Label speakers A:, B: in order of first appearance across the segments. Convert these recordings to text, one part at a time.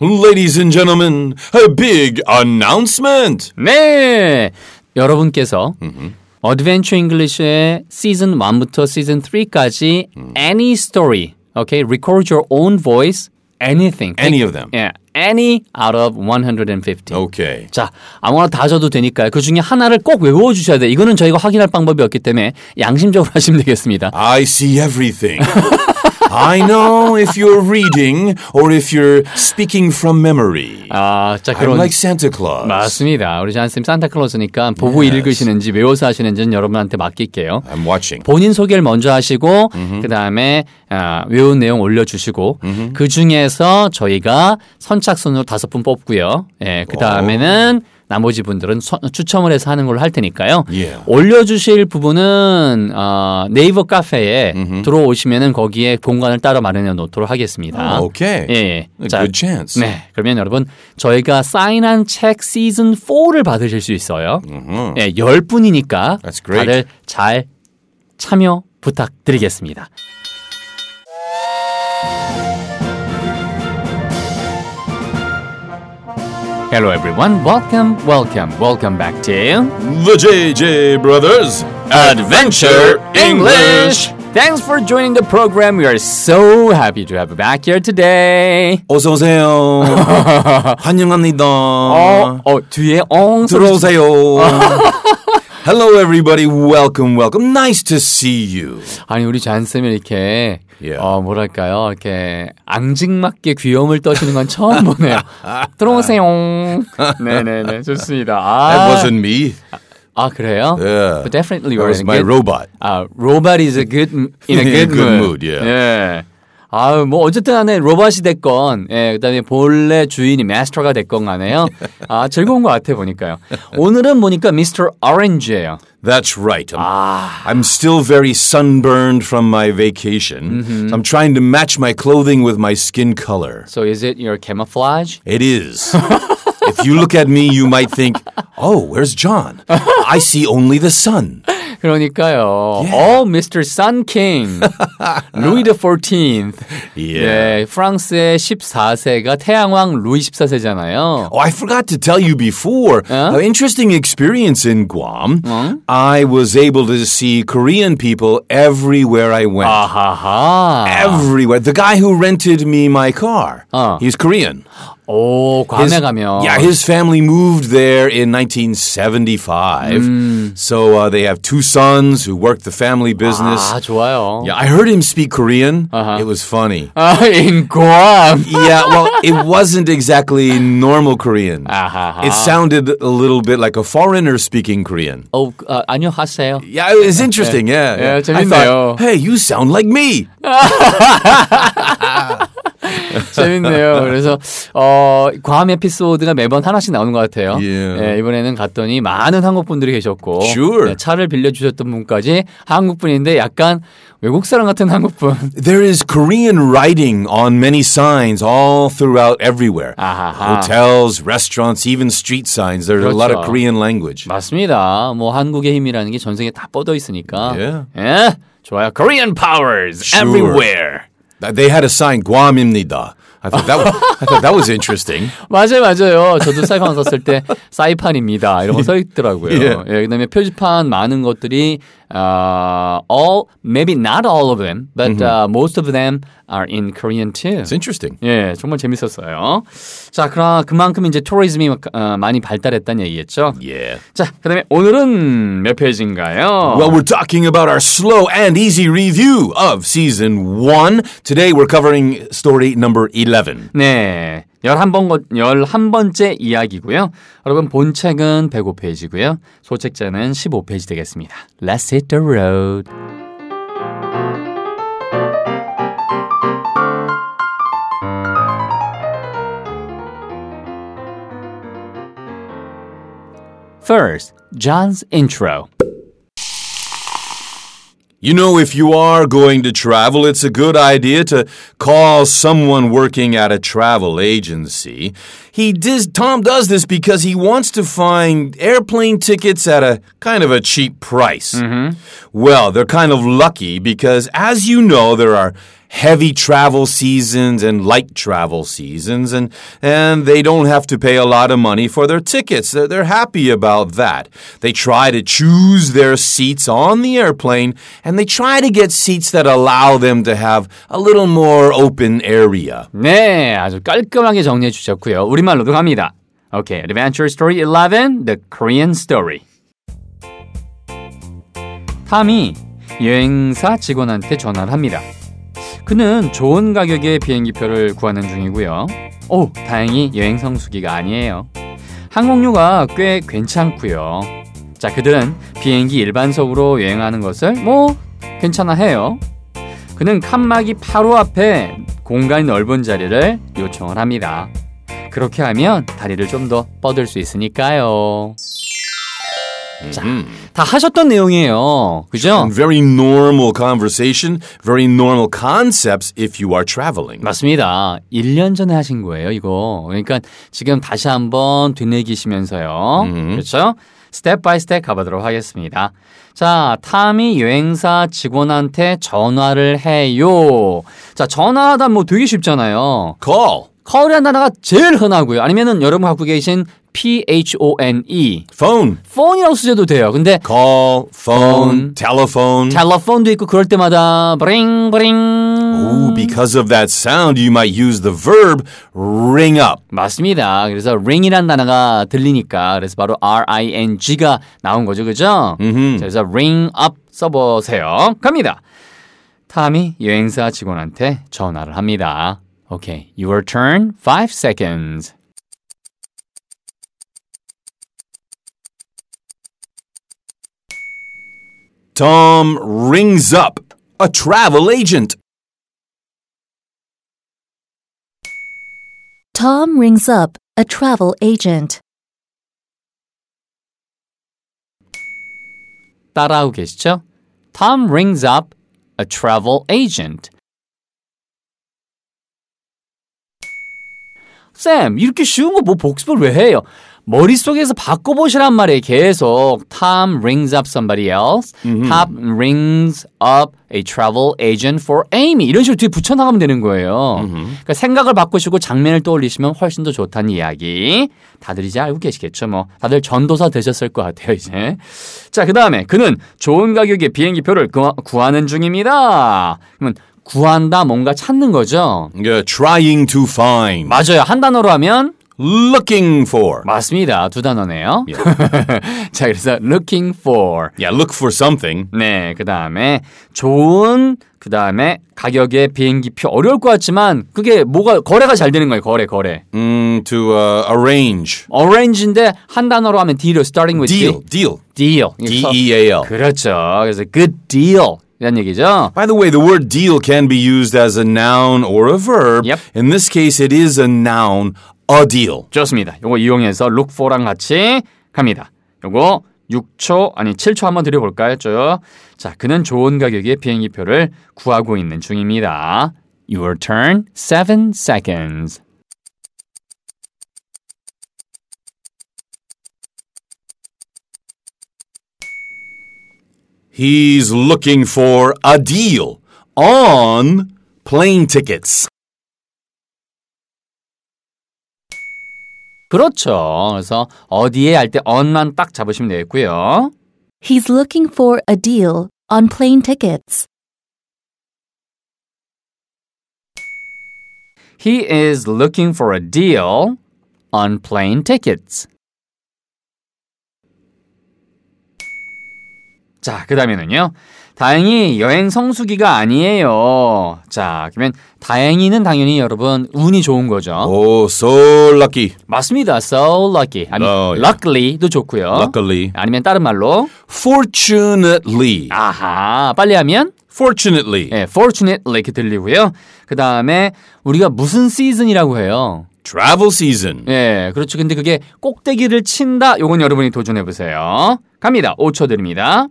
A: Ladies and gentlemen, a big announcement.
B: 네! 여러분께서 어드벤처 잉글리시의 시즌 1부터 시즌 3까지
A: 음.
B: any story, okay? record your own voice, anything.
A: Any of them.
B: Yeah, any out of 150.
A: Okay.
B: 자, 아무거나 다 줘도 되니까요. 그 중에 하나를 꼭 외워주셔야 돼. 이거는 저희가 확인할 방법이 없기 때문에 양심적으로 하시면 되겠습니다.
A: I see everything. I know if you're reading or if you're speaking from memory.
B: 아, 자,
A: I'm
B: 그런.
A: like Santa Claus.
B: 맞습니다. 우리 잔쌤 산타클로스니까 보고
A: Yes.
B: 읽으시는지 외워서 하시는지는 여러분한테 맡길게요.
A: I'm watching.
B: 네. 본인 소개를 먼저 하시고 그다음에 아, 외운 내용 올려주시고 그중에서 저희가 선착순으로 다섯 분 뽑고요. 예, 그다음에는 나머지 분들은 선- 추첨을 해서 하는 걸로 할 테니까요.
A: 어. 예.
B: 올려주실 부분은 어, 네이버 카페에 들어오시면은 거기에 공간을 따로 마련해 놓도록 하겠습니다.
A: Okay.
B: 예, 예.
A: A 아, good chance.
B: 네, 그러면 여러분 저희가 사인한 책 시즌 4를 받으실 수 있어요.
A: Mhm.
B: 예, 열 분이니까
A: That's great.
B: 다들 잘 참여 부탁드리겠습니다. Hello everyone, welcome, welcome, welcome back to
A: The JJ Brothers Adventure English.
B: Thanks for joining the program. We are so happy to have you back here today.
A: 어서 오세요. 환영합니다.
B: 어, 어 뒤에 엉 소리
A: 들어오세요. Hello, everybody. Welcome, welcome. Nice to see you.
B: 아니 우리 잔쌤이 이렇게
A: 예.
B: 어 뭐랄까요 이렇게 앙증맞게 귀여움을 떠시는 건 처음 보네요. 들어오세요. 네네네
A: That
B: 좋습니다. 아,
A: wasn't me.
B: 아 그래요?
A: Yeah.
B: But definitely
A: Uh, That
B: you're
A: was
B: in a
A: my
B: good.
A: robot.
B: 아 robot is a good in a
A: In a
B: good,
A: good mood,
B: 예.
A: yeah.
B: 아유 뭐 어쨌든 간에 로봇이 됐건 예 그다음에 본래 주인이 마스터가 됐건 간에요. 아 즐거운 것 같아 보니까요. 오늘은 보니까 Mr. Orange예요.
A: That's right. I'm, I'm still very sunburned from my vacation. So I'm trying to match my clothing with my skin color.
B: So is it your camouflage?
A: It is. if you look at me, you might think, oh, where's John? I see only the sun.
B: 그러니까요. 어, Mr. Sun King. 루이 the 14th.
A: Yeah.
B: 예, 프랑스의 14세가 태양왕 루이 14세잖아요.
A: Oh, I forgot to tell you before. An interesting experience in Guam. I was able to see Korean people everywhere I went.
B: Ah. 아하하.
A: Everywhere. The guy who rented me my car,
B: Uh.
A: he's Korean.
B: 오, 괌에
A: His-
B: 가면
A: Yeah, his family moved there in 1975.
B: Hmm.
A: So uh, they have two sons who work the family business.
B: 아, 좋아요.
A: Yeah, I heard him speak Korean.
B: Uh-huh.
A: It was funny.
B: 아, in 괌.
A: yeah, well, it wasn't exactly normal Korean.
B: 아하하.
A: It sounded a little bit like a foreigner speaking Korean.
B: 어, 아, 안녕하세요.
A: Yeah, it was interesting. Yeah,
B: Yeah,
A: I thought,
B: 재밌네요.
A: hey, you sound like me.
B: 재밌네요. 그래서 어, 괌 에피소드가 매번 하나씩 나오는 것 같아요.
A: 예.
B: 예, 이번에는 갔더니 많은 한국 분들이 계셨고
A: Sure.
B: 네, 차를 빌려 주셨던 분까지 한국 분인데 약간 외국 사람 같은 한국 분.
A: There is Korean writing on many signs all throughout everywhere.
B: 아하하.
A: Hotels, restaurants, even street signs. There's a lot of
B: 그렇죠.
A: Korean language.
B: 맞습니다. 뭐 한국의 힘이라는 게 전생에 다 뻗어 있으니까.
A: 예.
B: 예. 좋아요. Korean powers
A: Sure.
B: everywhere.
A: They had a sign Guamimnida. I thought that was, I thought that was interesting.
B: 맞아요, 맞아요. 저도 사이판 썼을 때 사이판입니다. 이런 거 써 있더라고요.
A: 예.
B: 예, 그다음에 표지판 많은 것들이 아, all maybe not all of them, but uh, most of them are in Korean too.
A: It's interesting.
B: 예, 정말 재밌었어요. 자, 그럼 그만큼 이제 투리즘이 어, 많이 발달했다는 얘기겠죠.
A: Yeah.
B: 자, 그다음에 오늘은 몇 페이지인가요?
A: Well, we're talking about our slow and easy review of season one. Today we're covering story number 11.
B: 네. 11번, 11번째 이야기고요. 여러분, 본책은 105페이지고요. 소책자는 15페이지 되겠습니다. Let's hit the road. First, John's intro.
A: You know, if you are going to travel, it's a good idea to call someone working at a travel agency. He does, Tom does this because he wants to find airplane tickets at a kind of a cheap price. Well, they're kind of lucky because, as you know, there are heavy travel seasons and light travel seasons, and and they don't have to pay a lot of money for their tickets. They're, they're happy about that. They try to choose their seats on the airplane, and they try to get seats that allow them to have a little more open area.
B: 네, 아주 깔끔하게 정리해 주셨고요. 우리말로도 갑니다. Okay, Adventure Story 11, The Korean Story. 탐이 여행사 직원한테 전화를 합니다. 그는 좋은 가격의 비행기표를 구하는 중이고요. 오, 다행히 여행 성수기가 아니에요. 항공료가 꽤 괜찮고요. 자, 그들은 비행기 일반석으로 여행하는 것을 뭐 괜찮아 해요. 그는 칸막이 바로 앞에 공간이 넓은 자리를 요청을 합니다. 그렇게 하면 다리를 좀 더 뻗을 수 있으니까요. 자, 다 하셨던 내용이에요. 그죠?
A: And very normal conversation, very normal concepts if you are traveling.
B: 맞습니다. 1년 전에 하신 거예요, 이거. 그러니까 지금 다시 한번 되뇌기시면서요. 그렇죠? 스텝 바이 스텝 가보도록 하겠습니다. 자, 탐이 여행사 직원한테 전화를 해요. 자, 전화하다 뭐 되게 쉽잖아요.
A: Call.
B: 컬이라는 단어가 제일 흔하고요. 아니면은 여러분 갖고 계신
A: Phone.
B: PHONE. E. 폰이라고 쓰셔도 돼요. 근데
A: Call, phone,
B: Phone.
A: telephone.
B: 텔레폰도 있고 그럴 때마다 브링 브링.
A: Ooh, because of that sound, you might use the verb ring up.
B: 맞습니다. 그래서 ring이란 단어가 들리니까 그래서 바로 R-I-N-G가 나온 거죠, 그죠?
A: 음. Mm-hmm.
B: 자, 그래서 ring up 써보세요. 갑니다. 탐이 여행사 직원한테 전화를 합니다. 오케이, your turn, 5 seconds.
A: Tom rings up a travel agent.
C: Tom rings up a travel agent.
B: 따라하고 계시죠? Tom rings up a travel agent. 쌤, 이렇게 쉬운 거 뭐 복습을 왜 해요? 머릿속에서 바꿔보시란 말이에요. 계속 Tom rings up somebody else. Tom rings up a travel agent for Amy. 이런 식으로 뒤에 붙여나가면 되는 거예요. 그러니까 생각을 바꾸시고 장면을 떠올리시면 훨씬 더 좋다는 이야기. 다들 이제 알고 계시겠죠. 뭐 다들 전도사 되셨을 것 같아요. 이제. 자, 그 다음에 그는 좋은 가격의 비행기표를 구- 구하는 중입니다. 그러면 구한다 뭔가 찾는 거죠.
A: Yeah, Uh, trying to find.
B: 맞아요. 한 단어로 하면
A: Looking for.
B: 맞습니다. 두 단어네요.
A: 예.
B: 자, 그래서 looking for.
A: Yeah, look for something.
B: 네, 그 다음에 좋은, 그 다음에 가격의 비행기표 어려울 것 같지만 그게 뭐가 거래가 잘 되는 거예요. 거래, 거래.
A: Mm, to uh, arrange.
B: orange인데 한 단어로 하면 deal, starting with
A: Deal, deal.
B: D. deal.
A: D E A L.
B: 그렇죠. 그래서 good deal 이런 얘기죠.
A: By the way, the word deal can be used as a noun or a verb.
B: Yep.
A: In this case, it is a noun, a deal.
B: 좋습니다. 요거 이용해서 look for랑 같이 갑니다. 요거 6초 아니 7초 한번 드려볼까요? 저. 자, 그는 좋은 가격의 비행기표를 구하고 있는 중입니다. Your turn, 7 seconds.
A: He's looking for a deal on plane tickets.
B: 그렇죠. 그래서 어디에 할 때 on만 딱 잡으시면 되겠고요.
C: He's looking for a deal on plane tickets.
B: He is looking for a deal on plane tickets. 자, 그 다음에는요. 다행히 여행 성수기가 아니에요. 자, 그러면 다행히는 당연히 여러분 운이 좋은 거죠.
A: Oh, so lucky.
B: 맞습니다. So lucky. 아니,
A: 어, 예.
B: luckily도 좋고요.
A: Luckily.
B: 아니면 다른 말로
A: Fortunately.
B: 아하, 빨리 하면
A: Fortunately.
B: 예, fortunately 이렇게 들리고요. 그 다음에 우리가 무슨 시즌이라고 해요.
A: Travel season.
B: 예, 그렇죠. 근데 그게 꼭대기를 친다. 요건 여러분이 도전해 보세요. 갑니다. 5초 드립니다.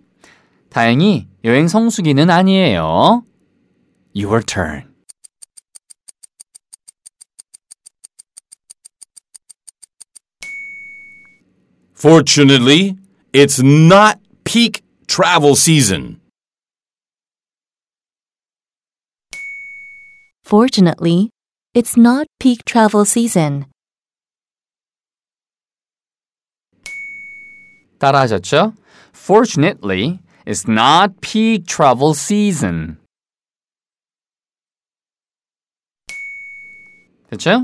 B: 다행히 여행 성수기는 아니에요. Your turn.
A: Fortunately, it's not peak travel season.
C: Fortunately, it's not peak travel season.
B: 따라하셨죠? Fortunately, it's not peak travel season. 됐죠?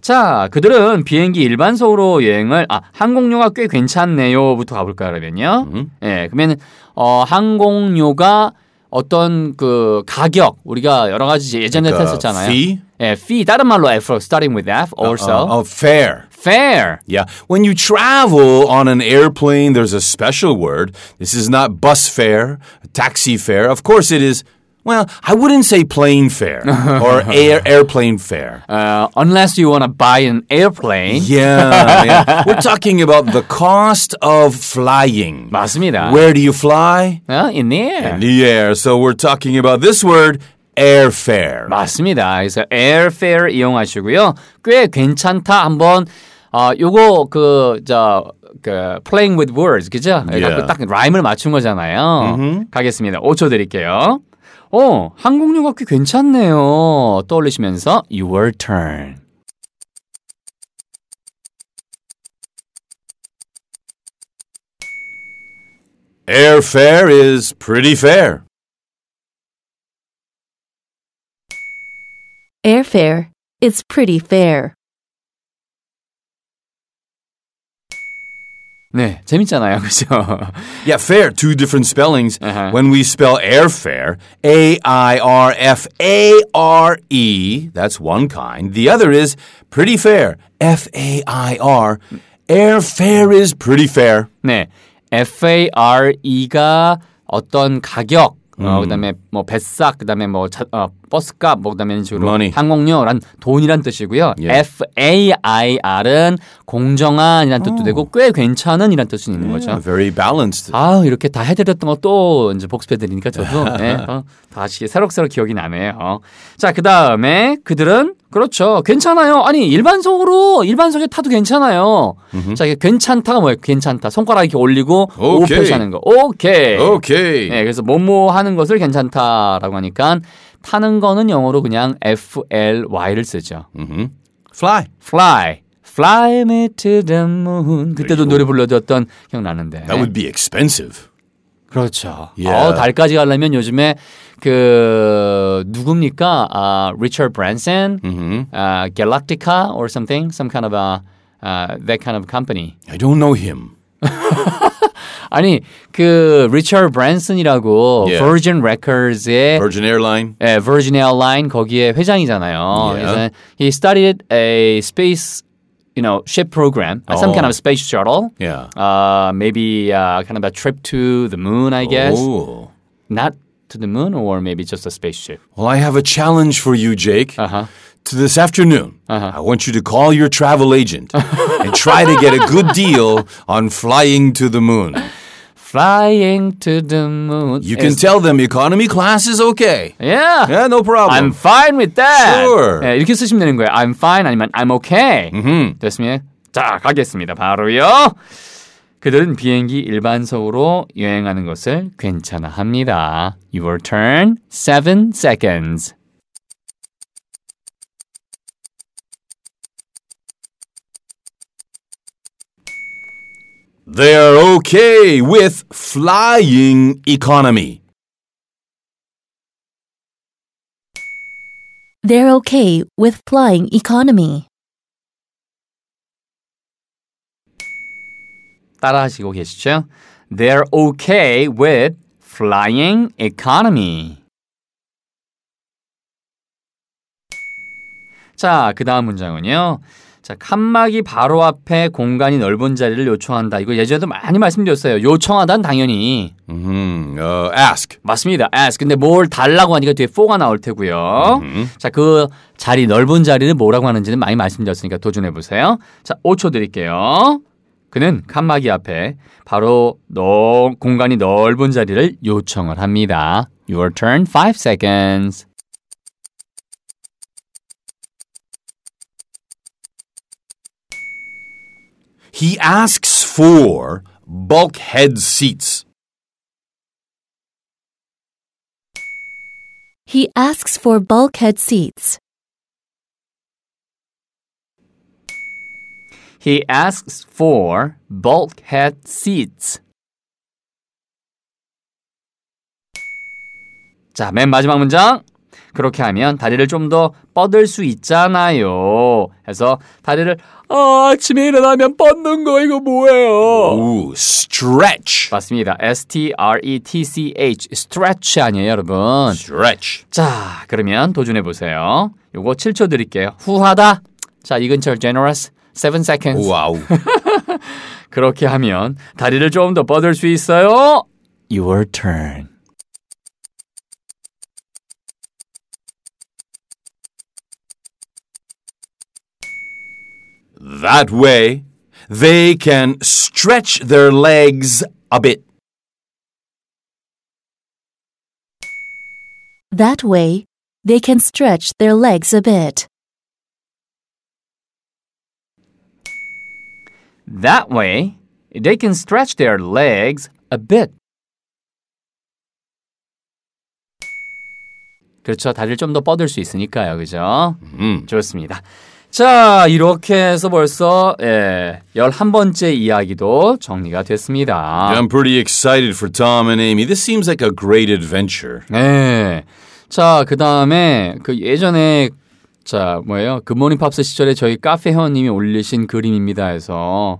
B: 자, 그들은 비행기 일반석으로 여행을 아 항공료가 꽤 괜찮네요부터 가볼까 그러면요.
A: 음.
B: 예, 그러면 어 항공료가 어떤 그 가격 우리가 여러 가지 예전에
A: 그러니까
B: 했었잖아요.
A: fee?
B: 예, fee 다른 말로 F, starting with F, also
A: Uh, uh, fare.
B: fair.
A: Yeah. When you travel on an airplane, there's a special word. This is not bus fare, taxi fare. Of course, it is, well, I wouldn't say plane fare or air, airplane fare.
B: Uh, unless you want to buy an airplane.
A: Yeah, yeah. We're talking about the cost of flying.
B: 맞습니다.
A: Where do you fly?
B: 어, in the air.
A: In the air. So we're talking about this word, airfare.
B: 맞습니다. 그래서 airfare 이용하시고요. 꽤 괜찮다. 한번 아 요거 그, 그저그 playing with words 그죠?
A: 예.
B: 갖고 딱 라임을 맞춘 거잖아요. 가겠습니다. 5초 드릴게요. 어, 항공료가 꽤 괜찮네요. 떠올리시면서 your turn.
A: Airfare is pretty fair.
C: Airfare. It's pretty fair.
B: 네, 재밌잖아요. 그죠?
A: Yeah, fair. Two different spellings.
B: Uh-huh.
A: When we spell airfare, A I R F A R E, that's one kind. The other is pretty fair, F A I R. Airfare is pretty fair.
B: 네. FARE가 어떤 가격, 어, 그다음에 뭐 뱃삭, 그다음에 뭐 자- 어, 버스값, 뭐 그다음에 이런 식으로
A: Money.
B: 항공료란 돈이란 뜻이고요.
A: 예.
B: FAIR은 공정한이란 뜻도 되고 꽤 괜찮은이란 뜻이 있는 거죠.
A: Very balanced.
B: 아 이렇게 다 해드렸던 거 또 이제 복습해드리니까 저도 네, 어, 다시 새록새록 기억이 나네요. 자, 그 다음에 그들은 그렇죠. 괜찮아요. 아니, 일반석으로, 일반석에 타도 괜찮아요. 자, 이게 괜찮다가 뭐예요? 괜찮다. 손가락 이렇게 올리고 오
A: 오케이.
B: 표시하는 거. 오케이.
A: Okay.
B: 네, 그래서 뭐뭐 하는 것을 괜찮다라고 하니까 타는 거는 영어로 그냥 FLY를 쓰죠.
A: hmm Fly.
B: Fly. Fly me to the moon. 그때도 노래 불러줬던 기억나는데.
A: That would be expensive.
B: 그렇죠.
A: 예.
B: 어, 달까지 가려면 요즘에 그 누굽니까? 아, 리처드 브랜슨, 아, 갤락티카 or something, some kind of a 아, that kind of company.
A: I don't know him.
B: 아니, 그 리처드 브랜슨이라고
A: 예.
B: Virgin Records의
A: Virgin Airline.
B: 예, Virgin Airline 거기에 회장이잖아요.
A: 예.
B: 그래서 he started a space, you know, ship program, uh, some
A: 어. 예.
B: kind of space shuttle.
A: Yeah.
B: Uh, maybe uh, kind of a trip to the moon, I guess.
A: Oh.
B: not to the moon or maybe just a spaceship.
A: Well, I have a challenge for you, Jake.
B: Uh-huh.
A: To this afternoon, I want you to call your travel agent and try to get a good deal on flying to the moon.
B: Flying to the moon.
A: You can
B: is-
A: tell them economy class is okay.
B: Yeah.
A: Yeah, no
B: I'm
A: problem.
B: fine with that.
A: Sure.
B: 네, 이렇게 쓰시면 되는 거예요. I'm fine 아니면 I'm okay. 됐습니다. 자, 가겠습니다. 바로요. 그들은 비행기 일반석으로 여행하는 것을 괜찮아 합니다. Your turn. Seven seconds.
A: They're okay with flying economy.
C: They're okay with flying economy.
B: 따라하시고 계시죠? They're okay with flying economy. 자, 그 다음 문장은요. 자, 칸막이 바로 앞에 공간이 넓은 자리를 요청한다. 이거 예전에도 많이 말씀드렸어요. 요청하단 당연히.
A: hmm Uh, ask.
B: 맞습니다. ask. 근데 뭘 달라고 하니까 뒤에 for가 나올 테고요. 자, 그 자리, 넓은 자리를 뭐라고 하는지는 많이 말씀드렸으니까 도전해 보세요. 자, 5초 드릴게요. 그는 칸막이 앞에 바로 너, 공간이 넓은 자리를 요청을 합니다. Your turn, 5 seconds.
A: He asks for bulkhead seats.
C: He asks for bulkhead seats.
B: He asks for bulkhead seats. 자, 맨 마지막 문장. 그렇게 하면 다리를 좀 더 뻗을 수 있잖아요. 해서 다리를 아, 아침에 일어나면 뻗는 거 이거 뭐예요?
A: Ooh, stretch.
B: 맞습니다. S T R E T C H stretch 아니에요, 여러분.
A: Stretch.
B: 자, 그러면 도전해 보세요. 요거 7초 드릴게요. 후하다. 자, 이 근처 generous 7 seconds.
A: Wow.
B: 그렇게 하면 다리를 좀 더 뻗을 수 있어요. Your turn.
A: that way, they can stretch their legs a bit.
C: That way, they can stretch their legs a bit.
B: That way, they can stretch their legs a bit. 그렇죠. 다리를 좀 더 뻗을 수 있으니까요. 그죠?
A: 음.
B: 좋습니다. 자, 이렇게 해서 벌써 예, 11번째 이야기도 정리가 됐습니다.
A: I'm pretty excited for Tom and Amy. This seems like a great adventure.
B: 네. 자, 그 다음에 그 예전에 자, 뭐예요? 굿모닝 팝스 시절에 저희 카페 회원님이 올리신 그림입니다 해서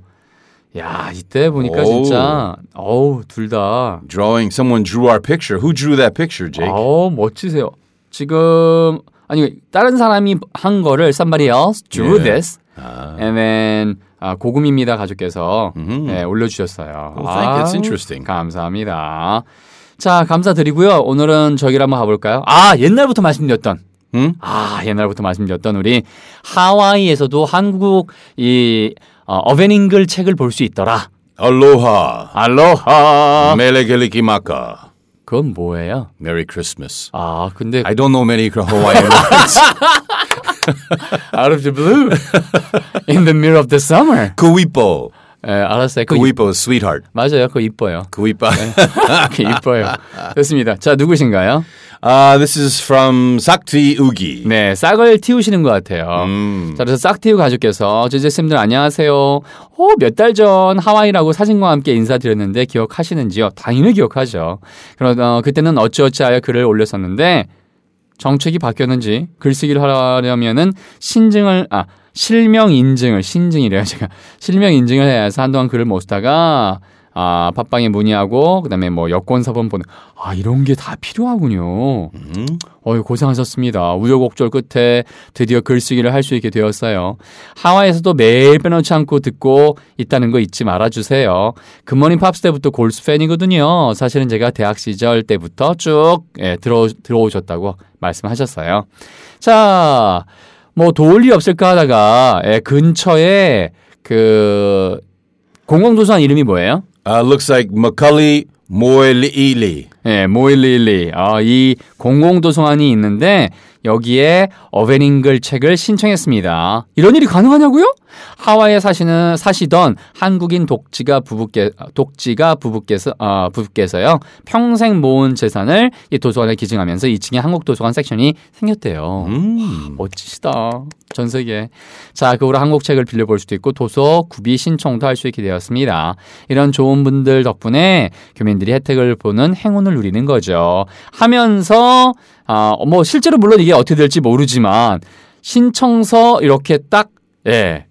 B: 야, 이때 보니까
A: 오.
B: 진짜 어우, 둘 다.
A: Drawing, someone drew our picture. Who drew that picture, Jake?
B: 어우, 멋지세요. 지금 아니, 다른 사람이 한 거를 somebody else drew
A: 예.
B: this and then 아, 고금입니다 가족께서 예, 올려주셨어요.
A: 음. Well, thank you. It's
B: 아우,
A: interesting.
B: 감사합니다. 자, 감사드리고요. 오늘은 저기를 한번 가볼까요? 아, 옛날부터 말씀드렸던.
A: 음?
B: 아, 옛날부터 말씀드렸던 우리 하와이에서도 한국 이 어, 어벤잉글 책을 볼 수 있더라.
A: Aloha.
B: 알로하.
A: Melekelikimaka.
B: 그건 뭐예요?
A: Merry Christmas.
B: 아, 근데
A: I don't know many Hawaiian words.
B: out of the blue in the middle of the summer.
A: Kuipo.
B: 예, 알았어요. 그 이,
A: Kuipo, sweetheart.
B: 맞아요. 그거 이뻐요.
A: Kuipa.
B: 그 이뻐요. 됐습니다. 자, 누구신가요?
A: Uh, this is from Sakti Ugi.
B: 네, 싹을 틔우시는 것 같아요. 자, 그래서 싹 틔우 가족께서 제제쌤들 안녕하세요. 어, 몇 달 전 하와이라고 사진과 함께 인사드렸는데 기억하시는지요? 당연히 기억하죠. 그러, 어, 그때는 어찌어찌하여 글을 올렸었는데 정책이 바뀌었는지 글쓰기를 하려면은 신증을 아 실명 인증을 신증이래요 제가 실명 인증을 해야 해서 한동안 글을 못 쓰다가 아 팟빵에 문의하고 그다음에 뭐 여권 사본 보내 아 이런 게 다 필요하군요. 어이 고생하셨습니다. 우여곡절 끝에 드디어 글쓰기를 할 수 있게 되었어요. 하와이에서도 매일 빼놓지 않고 듣고 있다는 거 잊지 말아주세요. 굿모닝 팝스 때부터 골수 팬이거든요. 사실은 제가 대학 시절 때부터 쭉 예, 들어, 들어오셨다고 말씀하셨어요. 자, 뭐 도울 리 없을까 하다가 예, 근처에 그 공공도서관 이름이 뭐예요?
A: Uh, looks like Macaulay Moeli'ili.
B: 예, 모일리일리. 아, 이 공공도서관이 있는데 여기에 어벤잉글 책을 신청했습니다. 이런 일이 가능하냐고요? 하와이에 사시는 사시던 한국인 독지가 부부께 독지가 부부께서 아, 부부께서요. 평생 모은 재산을 이 도서관에 기증하면서 2층에 한국 도서관 섹션이
A: 음.
B: 생겼대요.
A: Hmm.
B: 멋지시다. 전 세계. 자, 그후로 한국 책을 빌려볼 수도 있고 도서 구비 신청도 할 수 있게 되었습니다. 이런 좋은 분들 덕분에 교민들이 혜택을 보는 행운을 누리는 거죠. 하면서 아, 뭐 실제로 물론 이게 어떻게 될지 모르지만 신청서 이렇게 딱 예.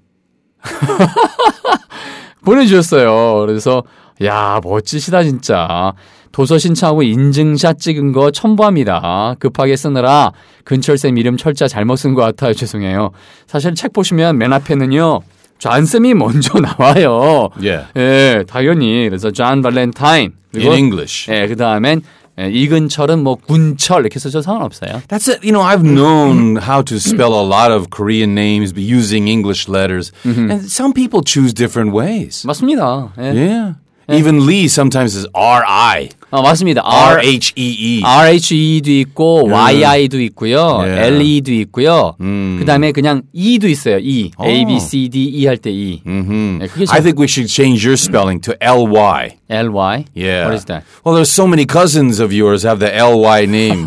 B: 보내주셨어요. 그래서 야 멋지시다 진짜. 도서 신청하고 인증샷 찍은 거 첨부합니다. 급하게 쓰느라 근철쌤 이름 철자 잘못 쓴 것 같아요. 죄송해요. 사실 책 보시면 맨 앞에는요. 존쌤이 먼저 나와요.
A: Yeah.
B: 예, 당연히. 그래서 존 발렌타인.
A: In English.
B: 예, 그 다음엔 이근철은 뭐 군철 이렇게 써도 상관없어요.
A: That's it. You know, I've known how to spell a lot of Korean names but using English letters, and some people choose different ways.
B: 맞습니다. 예.
A: Yeah. Even Lee sometimes is R I
B: 아, 맞습니다.
A: R
B: R
A: H E E.
B: RHE도 있고 YI도 있고요.
A: 예.
B: LE도 있고요. 그다음에 그냥 E도 있어요. E. A B C D E 할 때 E. 예, 그게
A: I
B: 잘
A: think we should change your spelling to L Y.
B: LY.
A: Yeah.
B: What is that?
A: Well, there's so many cousins of yours have the L Y name.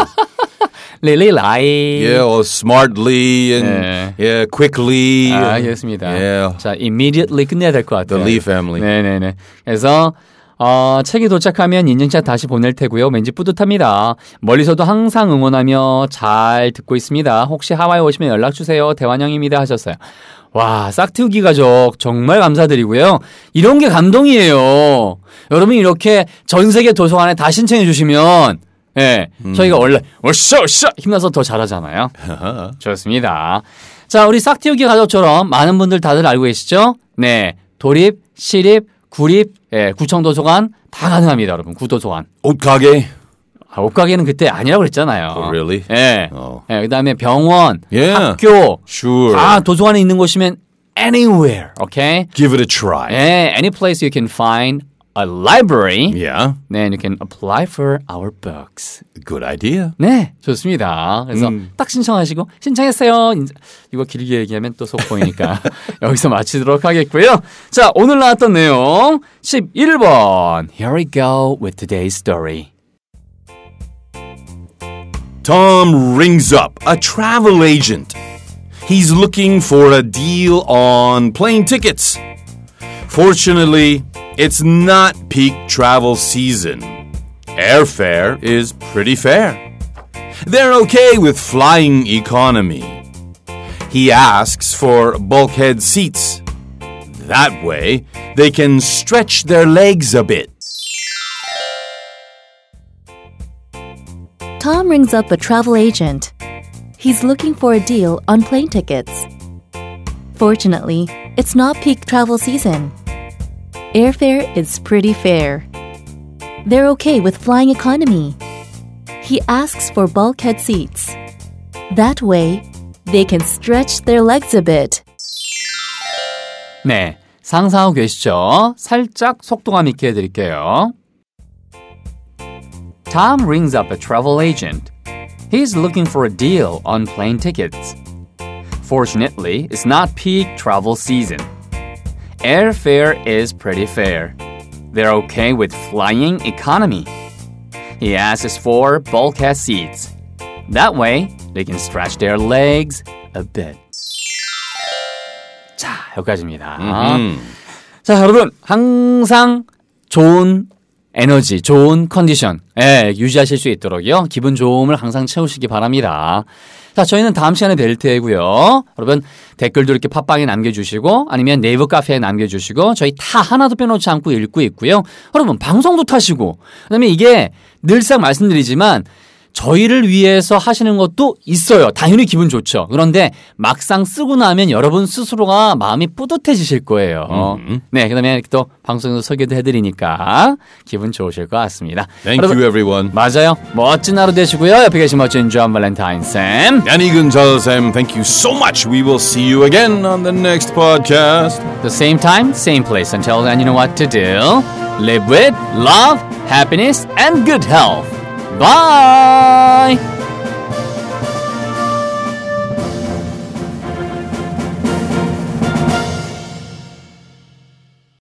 B: really like.
A: Yeah, or smartly and yeah,
B: Yeah. Ah,
A: quickly.
B: 아,
A: and-
B: 알겠습니다.
A: Yeah.
B: 자, immediately 끝내야 될 것 같아요.
A: The Lee family.
B: 네네네. 그래서 어, 책이 도착하면 인증샷 다시 보낼 테고요. 왠지 뿌듯합니다. 멀리서도 항상 응원하며 잘 듣고 있습니다. 혹시 하와이 오시면 연락 주세요. 대환영입니다 하셨어요. 와, 싹트우기 가족 정말 감사드리고요. 이런 게 감동이에요. 여러분 이렇게 전 세계 도서관에 다 신청해 주시면 예, 저희가 원래 으쌰으쌰 힘나서 더 잘하잖아요. 좋습니다. 자, 우리 싹티우기 가족처럼 많은 분들 다들 알고 계시죠? 네. 도립, 시립, 구립, 예, 구청도서관 다 가능합니다, 여러분. 구도서관.
A: 옷가게.
B: 아, 옷가게는 그때 아니라고 그랬잖아요.
A: Oh, really?
B: 예.
A: Oh.
B: 예, 그다음에 병원,
A: 예.
B: 학교
A: Sure.
B: 다 도서관에 있는 곳이면 anywhere. 오케이?
A: Give it a try.
B: 예, any place you can find a library.
A: Yeah.
B: Then you can apply for our books.
A: Good idea.
B: 네, 좋습니다. 그래서 딱 신청하시고 신청했어요. 인제- 이거 길게 얘기하면 또 속보이니까 여기서 마치도록 하겠고요. 자, 오늘 나왔던 내용 11번. Here we go with today's story.
A: Tom rings up a travel agent. He's looking for a deal on plane tickets. Fortunately, it's not peak travel season. Airfare is pretty fair. They're okay with flying economy. He asks for bulkhead seats. That way, they can stretch their legs a bit.
C: Tom rings up a travel agent. He's looking for a deal on plane tickets. Fortunately, it's not peak travel season. Airfare is pretty fair. They're okay with flying economy. He asks for bulkhead seats. That way, they can stretch their legs a bit.
B: 네, 상상하고 계시죠? 살짝 속도감 있게 해드릴게요. Tom rings up a travel agent. He's looking for a deal on plane tickets. Fortunately, it's not peak travel season. Airfare is pretty fair. They're okay with flying economy. He asks for bulkhead seats. That way, they can stretch their legs a bit. 자, 여기까지입니다. 자, 여러분, 항상 좋은 에너지, 좋은 컨디션, 예, 유지하실 수 있도록요. 기분 좋음을 항상 채우시기 바랍니다. 자, 저희는 다음 시간에 뵐 테고요. 여러분, 댓글도 이렇게 팟빵에 남겨주시고, 아니면 네이버 카페에 남겨주시고, 저희 다 하나도 빼놓지 않고 읽고 있고요. 여러분, 방송도 타시고, 그 다음에 이게 늘상 말씀드리지만, 저희를 위해서 하시는 것도 있어요. 당연히 기분 좋죠. 그런데 막상 쓰고 나면 여러분 스스로가 마음이 뿌듯해지실 거예요. 네, 그다음에 또 방송에서 소개도 해드리니까 기분 좋으실 것 같습니다.
A: Thank you, everyone.
B: 맞아요. 멋진 하루 되시고요. 옆에 계신 멋진 존 발렌타인 쌤.
A: Danny Gonzalez Sam, thank you so much. We will see you again on the next podcast.
B: The same time, same place. Until then, you know what to do. Live with love, happiness, and good health. Bye.